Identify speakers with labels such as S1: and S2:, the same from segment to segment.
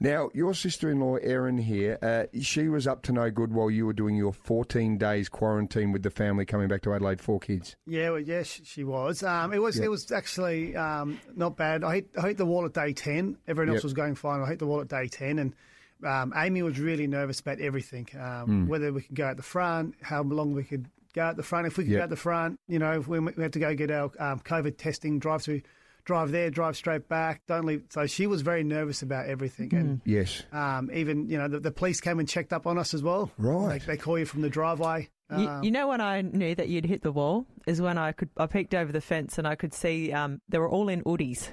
S1: Now, your sister in law, Erin, here, uh, she was up to no good while you were doing your 14 days quarantine with the family coming back to Adelaide, four kids.
S2: Yeah, well, yes, she was. Um, it was it was actually um, not bad. I hit, I hit the wall at day ten. Everyone else
S1: Yep.
S2: was going fine. I hit the wall at day ten, and um, Amy was really nervous about everything. Um, Whether we could go at the front, how long we could go at the front, if we could
S1: Yep.
S2: go at the front. You know, if we, we had to go get our um, COVID testing, drive through, drive there, drive straight back. Don't leave. So she was very nervous about everything, and
S1: Yes.
S2: um, even you know the, the police came and checked up on us as well.
S1: Right.
S2: they, they call you from the driveway.
S3: You,
S1: Um,
S3: you know when I knew that you'd hit the wall is when I could I peeked over the fence and I could see um, they were all in hoodies,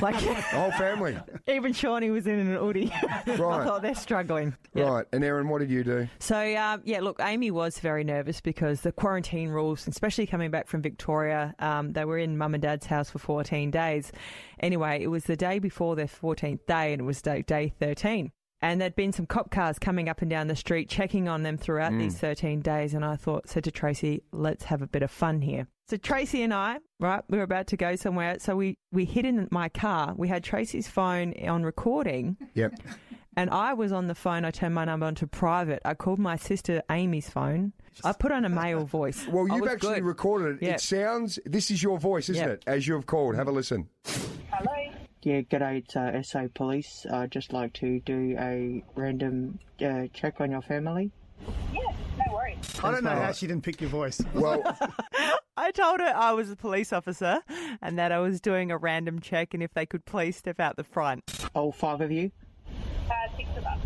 S3: like
S1: The whole Oh, family.
S3: even Shawnee was in an hoodie. I
S1: Right.
S3: thought they're struggling. Yeah.
S1: Right. And, Erin, what did you do?
S3: So um, yeah, look, Amy was very nervous because the quarantine rules, especially coming back from Victoria, um, they were in mum and dad's house for 14 days. Anyway, it was the day before their 14th day, and it was day, day 13. And there'd been some cop cars coming up and down the street, checking on them throughout these 13 days. And I thought, said to Tracy, let's have a bit of fun here. So Tracy and I, right, we were about to go somewhere. So we, we hid in my car. We had Tracy's phone on recording.
S1: Yep.
S3: And I was on the phone. I turned my number onto private. I called my sister Amy's phone. I put on a male voice.
S1: Well,
S3: I
S1: you've
S3: was
S1: actually
S3: good.
S1: recorded it.
S3: Yeah.
S1: It sounds, this is your voice, isn't
S3: Yeah.
S1: it? As you've called. Have a listen.
S4: Hello.
S5: Yeah, g'day, it's uh, SA Police. I'd just like to do a random uh, check on your family.
S4: Yeah, no worries.
S2: Uh, I don't know how she didn't pick your voice.
S1: Well,
S3: I told her I was a police officer and that I was doing a random check, and if they could please step out the front.
S5: All five of you?
S4: Uh, six of us.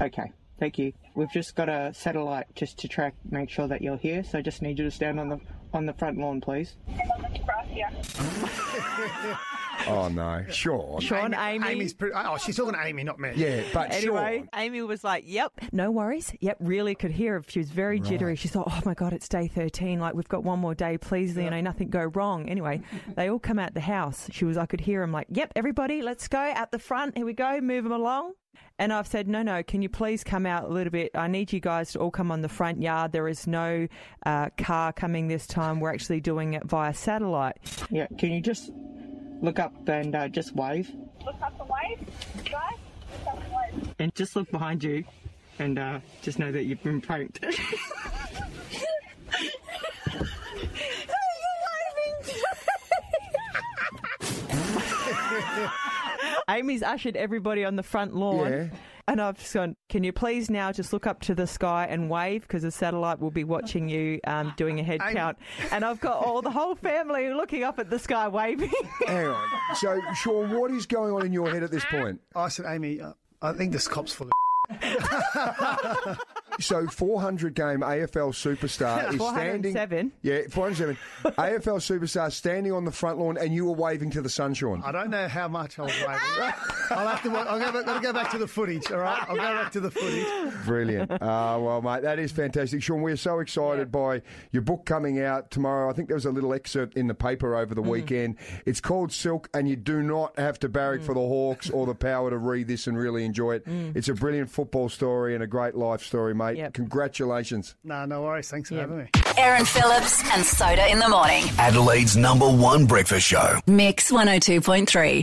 S5: Okay, thank you. We've just got a satellite just to track, make sure that you're here. So I just need you to stand on the on the front lawn, please.
S4: On the grass,
S1: oh no, Sean.
S3: Sean, Amy.
S2: Amy's pretty. Oh, she's talking to Amy, not me.
S1: Yeah, but
S3: Anyway,
S1: Sean.
S3: Amy was like, "Yep, no worries. Yep, really could hear her. She was very jittery. She thought, "Oh my god, it's day 13. Like we've got one more day. Please, you know, nothing go wrong." Anyway, they all come out the house. She was I could hear them like, "Yep, everybody, let's go out the front. Here we go. Move them along." And I've said, no, no, can you please come out a little bit? I need you guys to all come on the front yard. There is no uh, car coming this time. We're actually doing it via satellite.
S5: Yeah, can you just look up and uh, just wave?
S4: Look up and wave. Guys, look up and wave.
S5: And just look behind you and uh, just know that you've been pranked.
S3: Amy's ushered everybody on the front lawn.
S1: Yeah.
S3: And I've just gone, can you please now just look up to the sky and wave because the satellite will be watching you um, doing a head
S2: Amy.
S3: count. And I've got all the whole family looking up at the sky waving.
S1: Hang on. So, Sean, what is going on in your head at this point?
S2: I said, Amy, uh, I think this cop's full of.
S1: So, 400 game AFL superstar is standing.
S3: 407.
S1: Yeah, 407. AFL superstar standing on the front lawn, and you were waving to the sun, Sean.
S2: I don't know how much I was waving. I'll have to. wa- I'll go, back, I'll go back to the footage. All right, I'll go back to the footage.
S1: Brilliant. Ah, well, mate, that is fantastic. Sean, we're so excited by your book coming out tomorrow. I think there was a little excerpt in the paper over the weekend. It's called Silk, and you do not have to barrack for the Hawks or the power to read this and really enjoy it. It's a brilliant football story and a great life story, mate.
S3: Yep.
S1: Congratulations.
S2: No, no worries. Thanks for having me.
S6: Aaron Phillips and Soda in the morning. oh
S7: Adelaide's number one breakfast show.
S6: Mix 102.3.